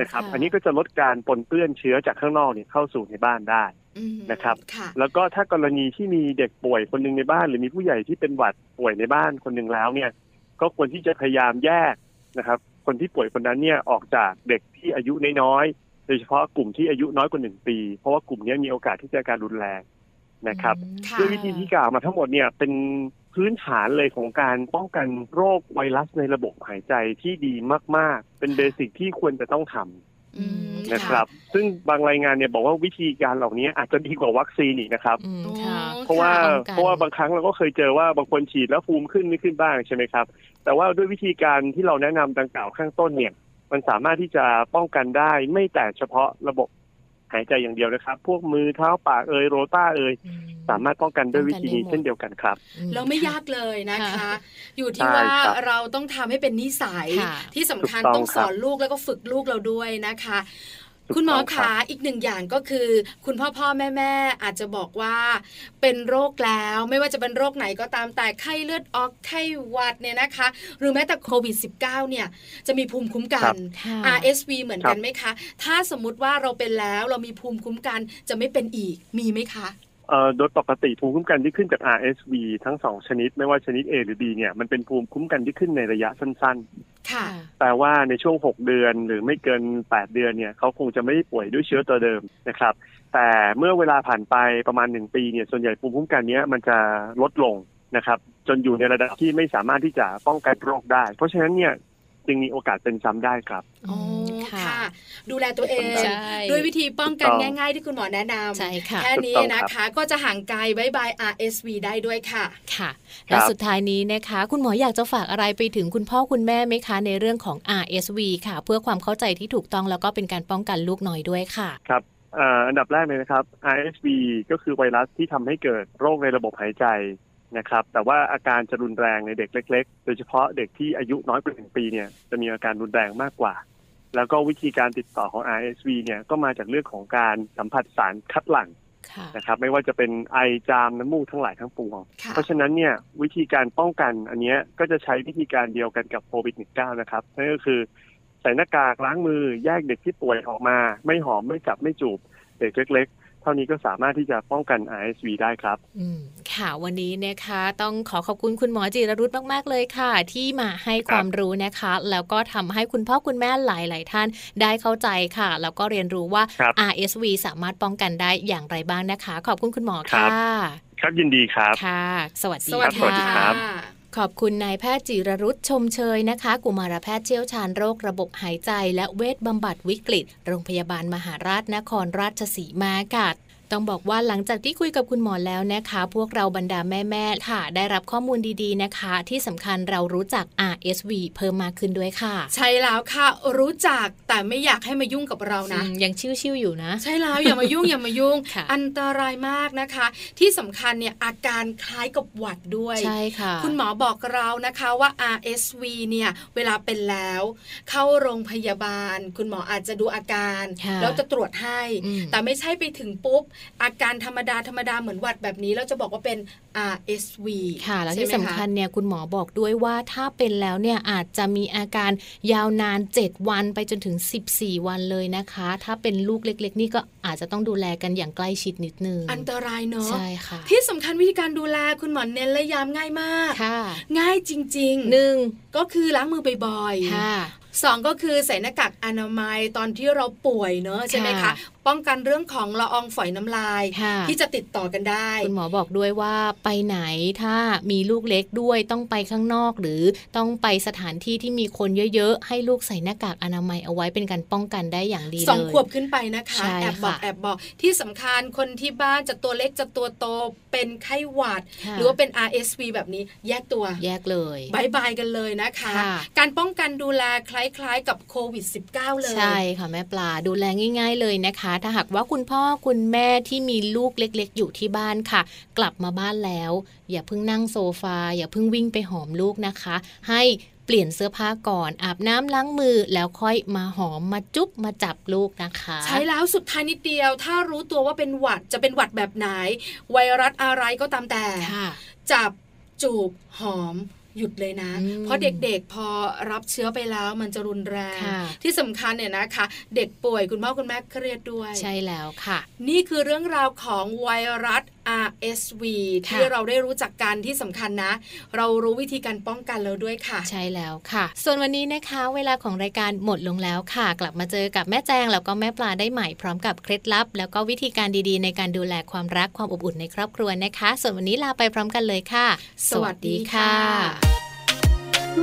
Speaker 4: นะครับอันนี้ก็จะลดการปนเปื้อนเชื้อจากข้างนอกเนี่ยเข้าสู่ในบ้านได้
Speaker 2: อืม
Speaker 4: นะครับ
Speaker 2: ค่ะ
Speaker 4: แล้วก็ถ้ากรณีที่มีเด็กป่วยคนหนึ่งในบ้าน หรือมีผู้ใหญ่ที่เป็นหวัดป่วยในบ้านคนหนึ่งแล้วเนี่ยก็ควรที่จะพยายามแยกนะครับ คนที่ป่วยคนนั้นเนี่ยออกจากเด็กที่อายุน้อยๆโดยเฉพาะกลุ่มที่อายุน้อยกว่าหนึ่งปี เพราะว่ากลุ่มเนี้ยมีโอกาสที่จะอาการรุนแรงนะครับ
Speaker 2: ค่ะ
Speaker 4: ด้วยวิธีที่กล่าวมาทั้งหมดเนี่ยเป็นพื้นฐานเลยของการป้องกันโรคไวรัสในระบบหายใจที่ดีมากๆ เป็นเบสิกที่ควรจะต้องทำ
Speaker 2: อืม
Speaker 4: นะครับ ซึ่งบางรายงานเนี่ยบอกว่าวิธีการเหล่านี้อาจจะดีกว่าวัคซีนอีกนะครับ
Speaker 1: อืม
Speaker 2: โอ้
Speaker 1: ค่ะ
Speaker 4: เพราะว่า
Speaker 1: ป้องกัน
Speaker 4: เพราะว่าบางครั้งเราก็เคยเจอว่าบางคนฉีดแล้วภูมิขึ้นไม่ขึ้นบ้างใช่ไหมครับ แต่ว่าด้วยวิธีการที่เราแนะนำดังกล่าวข้างต้นเนี่ย มันสามารถที่จะป้องกันได้ไม่แต่เฉพาะระบบหายใจอย่างเดียวนะครับ พวกมือเท้าปากเอยโรต้าเอย
Speaker 1: อืม
Speaker 4: สามารถป้องกันด้วยวิธีนี้
Speaker 1: ป้องกันได้หมด
Speaker 4: เช่นเดียวกันครับ
Speaker 1: อื
Speaker 2: แล้วไม่ยากเลยนะคะ
Speaker 1: ค่ะ
Speaker 2: อยู่ที่
Speaker 4: ใช่
Speaker 2: ว่า
Speaker 4: ครับ
Speaker 2: เราต้องทำให้เป็นนิสัย
Speaker 1: ค่ะ
Speaker 2: ที่สำคัญ
Speaker 4: ถูกต้
Speaker 2: ต้อ
Speaker 4: อง ง
Speaker 2: สอนลูกแล้วก็ฝึกลูกเราด้วยนะคะ
Speaker 4: ถูกต้อง
Speaker 2: คุณหมอ
Speaker 4: ครั
Speaker 2: ขา
Speaker 4: บ
Speaker 2: อีกหนึ่งอย่างก็คือ คุณพ่อพ่อแม่แม่อาจจะบอกว่า เป็นโรคแล้ว ไม่ว่าจะเป็นโรคไหนก็ตามแต่ไข้เลือดออกไข้หวัดเนี่ยนะคะ หรือแม้แต่โควิด -19 เนี่ยจะมีภูมิคุ้มกั
Speaker 4: ครั
Speaker 2: น
Speaker 4: บ
Speaker 1: ค่ะ
Speaker 2: RSV เหมือน
Speaker 4: ครั
Speaker 2: กับ นไหมคะ ถ้าสมมติว่าเราเป็นแล้วเรามีภูมิคุ้มกันจะไม่เป็นอีกมีไหมคะ
Speaker 4: เอ่อโดยปกติภูมิคุ้มกันที่ขึ้นจาก RSV ทั้งสองชนิด ไม่ว่าชนิด A หรือ B เนี่ยมันเป็นภูมิคุ้มกันที่ขึ้นในระยะสั้น ๆ
Speaker 2: ค่ะ
Speaker 4: แปลว่าในช่วง 6 เดือนหรือไม่เกิน 8 เดือนเนี่ยเขาคงจะไม่ได้ป่วยด้วยเชื้อตัวเดิมนะครับ แต่เมื่อเวลาผ่านไปประมาณ 1 ปีเนี่ยส่วนใหญ่ภูมิคุ้มกันเนี้ยมันจะลดลงนะครับ จนอยู่ในระดับที่ไม่สามารถที่จะป้องกันโรคได้ เพราะฉะนั้นเนี่ยจึงมีโอกาสเป็นซ้ำได้ครับ
Speaker 2: อ๋อ
Speaker 1: ค่ะ
Speaker 2: ค่ะ ดูแลตัวเอง
Speaker 1: ใช่
Speaker 2: ด้วยวิธีป้องกัน
Speaker 4: ถูกต้อง
Speaker 2: ง่ายๆที่คุณหมอแนะนำ
Speaker 1: ใช่ค่ะ
Speaker 2: แค่นี้
Speaker 4: ถูกต้อง
Speaker 2: นะ
Speaker 4: ครั
Speaker 2: คะ
Speaker 4: บ
Speaker 2: ก็จะห่างไกลบายบาย RSV ได้ด้วยค่ะ
Speaker 1: ค่ะ
Speaker 4: ครั
Speaker 1: และ
Speaker 4: บ
Speaker 1: สุดท้ายนี้นะคะ คุณหมออยากจะฝากอะไรไปถึงคุณพ่อคุณแม่ไหมคะ ในเรื่องของ RSV ค่ะ เพื่อความเข้าใจที่ถูกต้องแล้วก็เป็นการป้องกันลูกน้อยด้วยค่ะ
Speaker 4: เอ่ออันดับแรกเลยนะครับ RSV ก็คือไวรัสที่ทำให้เกิดโรคในระบบหายใจนะครับ แต่ว่าอาการจะรุนแรงในเด็กเล็ก ๆ โดยเฉพาะเด็กที่อายุน้อยกว่าหนึ่งปีเนี่ยจะมีอาการรุนแรงมากกว่า แล้วก็วิธีการติดต่อของ RSV เนี่ยก็มาจากเรื่องของการสัมผัสสารคัดหลั่ง
Speaker 1: ค่ะ
Speaker 4: นะครับ ไม่ว่าจะเป็นไอจามน้ำมูกทั้งหลายทั้งปวง
Speaker 2: ค่ะ
Speaker 4: เพราะฉะนั้นเนี่ยวิธีการป้องกันอันเนี้ยก็จะใช้วิธีการเดียวกันกับโควิด -19 นะครับนั่นก็คือใส่หน้ากากล้างมือแยกเด็กที่ป่วยออกมา ไม่หอมไม่จับไม่จูบเด็กเล็กๆ เท่านี้ก็สามารถที่จะป้องกัน RSV ได้ครับ
Speaker 1: อืม ค่ะ วันนี้นะคะ ต้องขอขอบคุณคุณหมอจิรรุธมาก ๆ เลยค่ะ ที่มาให้ความรู้นะคะ แล้วก็ทำให้คุณพ่อคุณแม่หลาย ๆ ท่านได้เข้าใจค่ะ แล้วก็เรียนรู้ว่า
Speaker 4: ครับ
Speaker 1: RSV สามารถป้องกันได้อย่างไรบ้างนะคะ ขอบคุณคุณหมอ
Speaker 4: ครั
Speaker 1: ค่ะ
Speaker 4: บ ครับยินดีครับ
Speaker 1: ค่ะ สวัสดี
Speaker 2: สวัสดี
Speaker 4: สวัสดีครั
Speaker 2: ค่ะ
Speaker 4: บ
Speaker 1: ขอบคุณนายแพทย์จิรรุธชมเชยนะคะ กุมารแพทย์เชี่ยวชาญโรคระบบหายใจ และเวชบำบัดวิกฤต โรงพยาบาลมหาราชนครราชสีมาค่ะต้องบอกว่าหลังจากที่คุยกับคุณหมอแล้วนะคะ พวกเราบรรดาแม่ๆค่ะ ได้รับข้อมูลดีๆนะคะ ที่สำคัญเรารู้จัก RSV เพิ่มมากขึ้นด้วยค่ะ
Speaker 2: ใช่แล้วค่ะ รู้จักแต่ไม่อยากให้มายุ่งกับเรานะ
Speaker 1: อืมยังชิวๆอยู่นะ
Speaker 2: ใช่แล้วอย่ามายุ่ง อย่ามายุ่ง
Speaker 1: ค่ะ
Speaker 2: อันตรายมากนะคะ ที่สำคัญเนี่ยอาการคล้ายกับหวัดด้วย
Speaker 1: ใช่ค่ะ
Speaker 2: คุณหมอบอกเรานะคะว่า RSV เนี่ยเวลาเป็นแล้ว เข้าโรงพยาบาล คุณหมออาจจะดูอาการ
Speaker 1: ค่ะ
Speaker 2: แล้วจะตรวจให้
Speaker 1: อืม
Speaker 2: แต่ไม่ใช่ไปถึงปุ๊บ อาการธรรมดาธรรมดาเหมือนหวัดแบบนี้แล้วจะบอกว่าเป็น RSV
Speaker 1: ค่ะ แล้ว
Speaker 2: ใช่
Speaker 1: ที่
Speaker 2: ไหม
Speaker 1: สำคัญเนี่ยคุณหมอบอกด้วยว่าถ้าเป็นแล้วเนี่ยอาจจะมีอาการยาวนาน 7 วันไปจนถึง 14 วันเลยนะคะ ถ้าเป็นลูกเล็ก ๆ นี่ก็อาจจะต้องดูแลกันอย่างใกล้ชิดนิดนึง
Speaker 2: อันตรายเนาะ
Speaker 1: ใช่ค่ะ
Speaker 2: ที่สำคัญวิธีการดูแลคุณหมอเน้นและย้ำง่ายมาก
Speaker 1: ค่ะ
Speaker 2: ง่ายจริง
Speaker 1: หนึ่ง
Speaker 2: ๆ ก็คือล้างมือบ่อยๆ
Speaker 1: ค่ะ
Speaker 2: สองก็คือใส่หน้ากากอนามัยตอนที่เราป่วยเนอะใช่ไหมคะ
Speaker 1: ค่ะ
Speaker 2: ป้องกันเรื่องของละอองฝอยน้ำลาย
Speaker 1: ค่ะ
Speaker 2: ที่จะติดต่อกันได้
Speaker 1: คุณหมอบอกด้วยว่าไปไหนถ้ามีลูกเล็กด้วยต้องไปข้างนอก หรือต้องไปสถานที่ที่มีคนเยอะๆ ให้ลูกใส่หน้ากากอนามัยเอาไว้เป็นการป้องกันได้อย่างดีเลย
Speaker 2: สองขวบขึ้นไปนะคะ
Speaker 1: ใช่
Speaker 2: แอบบอก
Speaker 1: ค่ะ
Speaker 2: แอบบอกที่สำคัญคนที่บ้านจะตัวเล็กจะตัวโตเป็นไข้หวัด
Speaker 1: ค่ะ
Speaker 2: หรือว่าเป็น RSV แบบนี้แยกตัว
Speaker 1: แยกเลย
Speaker 2: บายบายกันเลยนะคะ
Speaker 1: ค่ะ
Speaker 2: การป้องกันดูแลคล้ายๆกับโควิด -19 เลย
Speaker 1: ใช่ค่ะแม่ปลาดูแลง่าย ๆ เลยนะคะ ถ้าหากว่าคุณพ่อคุณแม่ที่มีลูกเล็ก ๆ อยู่ที่บ้านค่ะ กลับมาบ้านแล้ว อย่าเพิ่งนั่งโซฟา อย่าเพิ่งวิ่งไปหอมลูกนะคะ ให้เปลี่ยนเสื้อผ้าก่อน อาบน้ำล้างมือแล้วค่อยมาหอมมาจุ๊บมาจับลูกนะคะ
Speaker 2: ใช้แล้วสุดท้ายนิดเดียว ถ้ารู้ตัวว่าเป็นหวัดจะเป็นหวัดแบบไหน ไวรัสอะไรก็ตามแต่
Speaker 1: ค่ะ
Speaker 2: จับจูบหอมหยุดเลยนะ
Speaker 1: อืม
Speaker 2: เพราะเด็กๆพอรับเชื้อไปแล้วมันจะรุนแรง
Speaker 1: ค่ะ
Speaker 2: ที่สำคัญเนี่ยนะคะ เด็กป่วยคุณพ่อคุณแม่เครียดด้วย
Speaker 1: ใช่แล้วค่ะ
Speaker 2: นี่คือเรื่องราวของไวรัส RSV
Speaker 1: ค่ะ
Speaker 2: ที่เราได้รู้จักกันที่สำคัญนะ เรารู้วิธีการป้องกันแล้วด้วยค่ะ
Speaker 1: ใช่แล้วค่ะ ส่วนวันนี้นะคะ เวลาของรายการหมดลงแล้วค่ะ กลับมาเจอกับแม่แจงแล้วก็แม่ปลาได้ใหม่พร้อมกับเคล็ดลับ แล้วก็วิธีการดีๆ ในการดูแลความรักความอบอุ่นในครอบครัวนะคะ ส่วนวันนี้ลาไปพร้อมกันเลยค่ะ
Speaker 2: สวัสดีค่ะ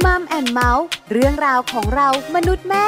Speaker 3: มัมแอนเมาส์เรื่องราวของเรามนุษย์แม่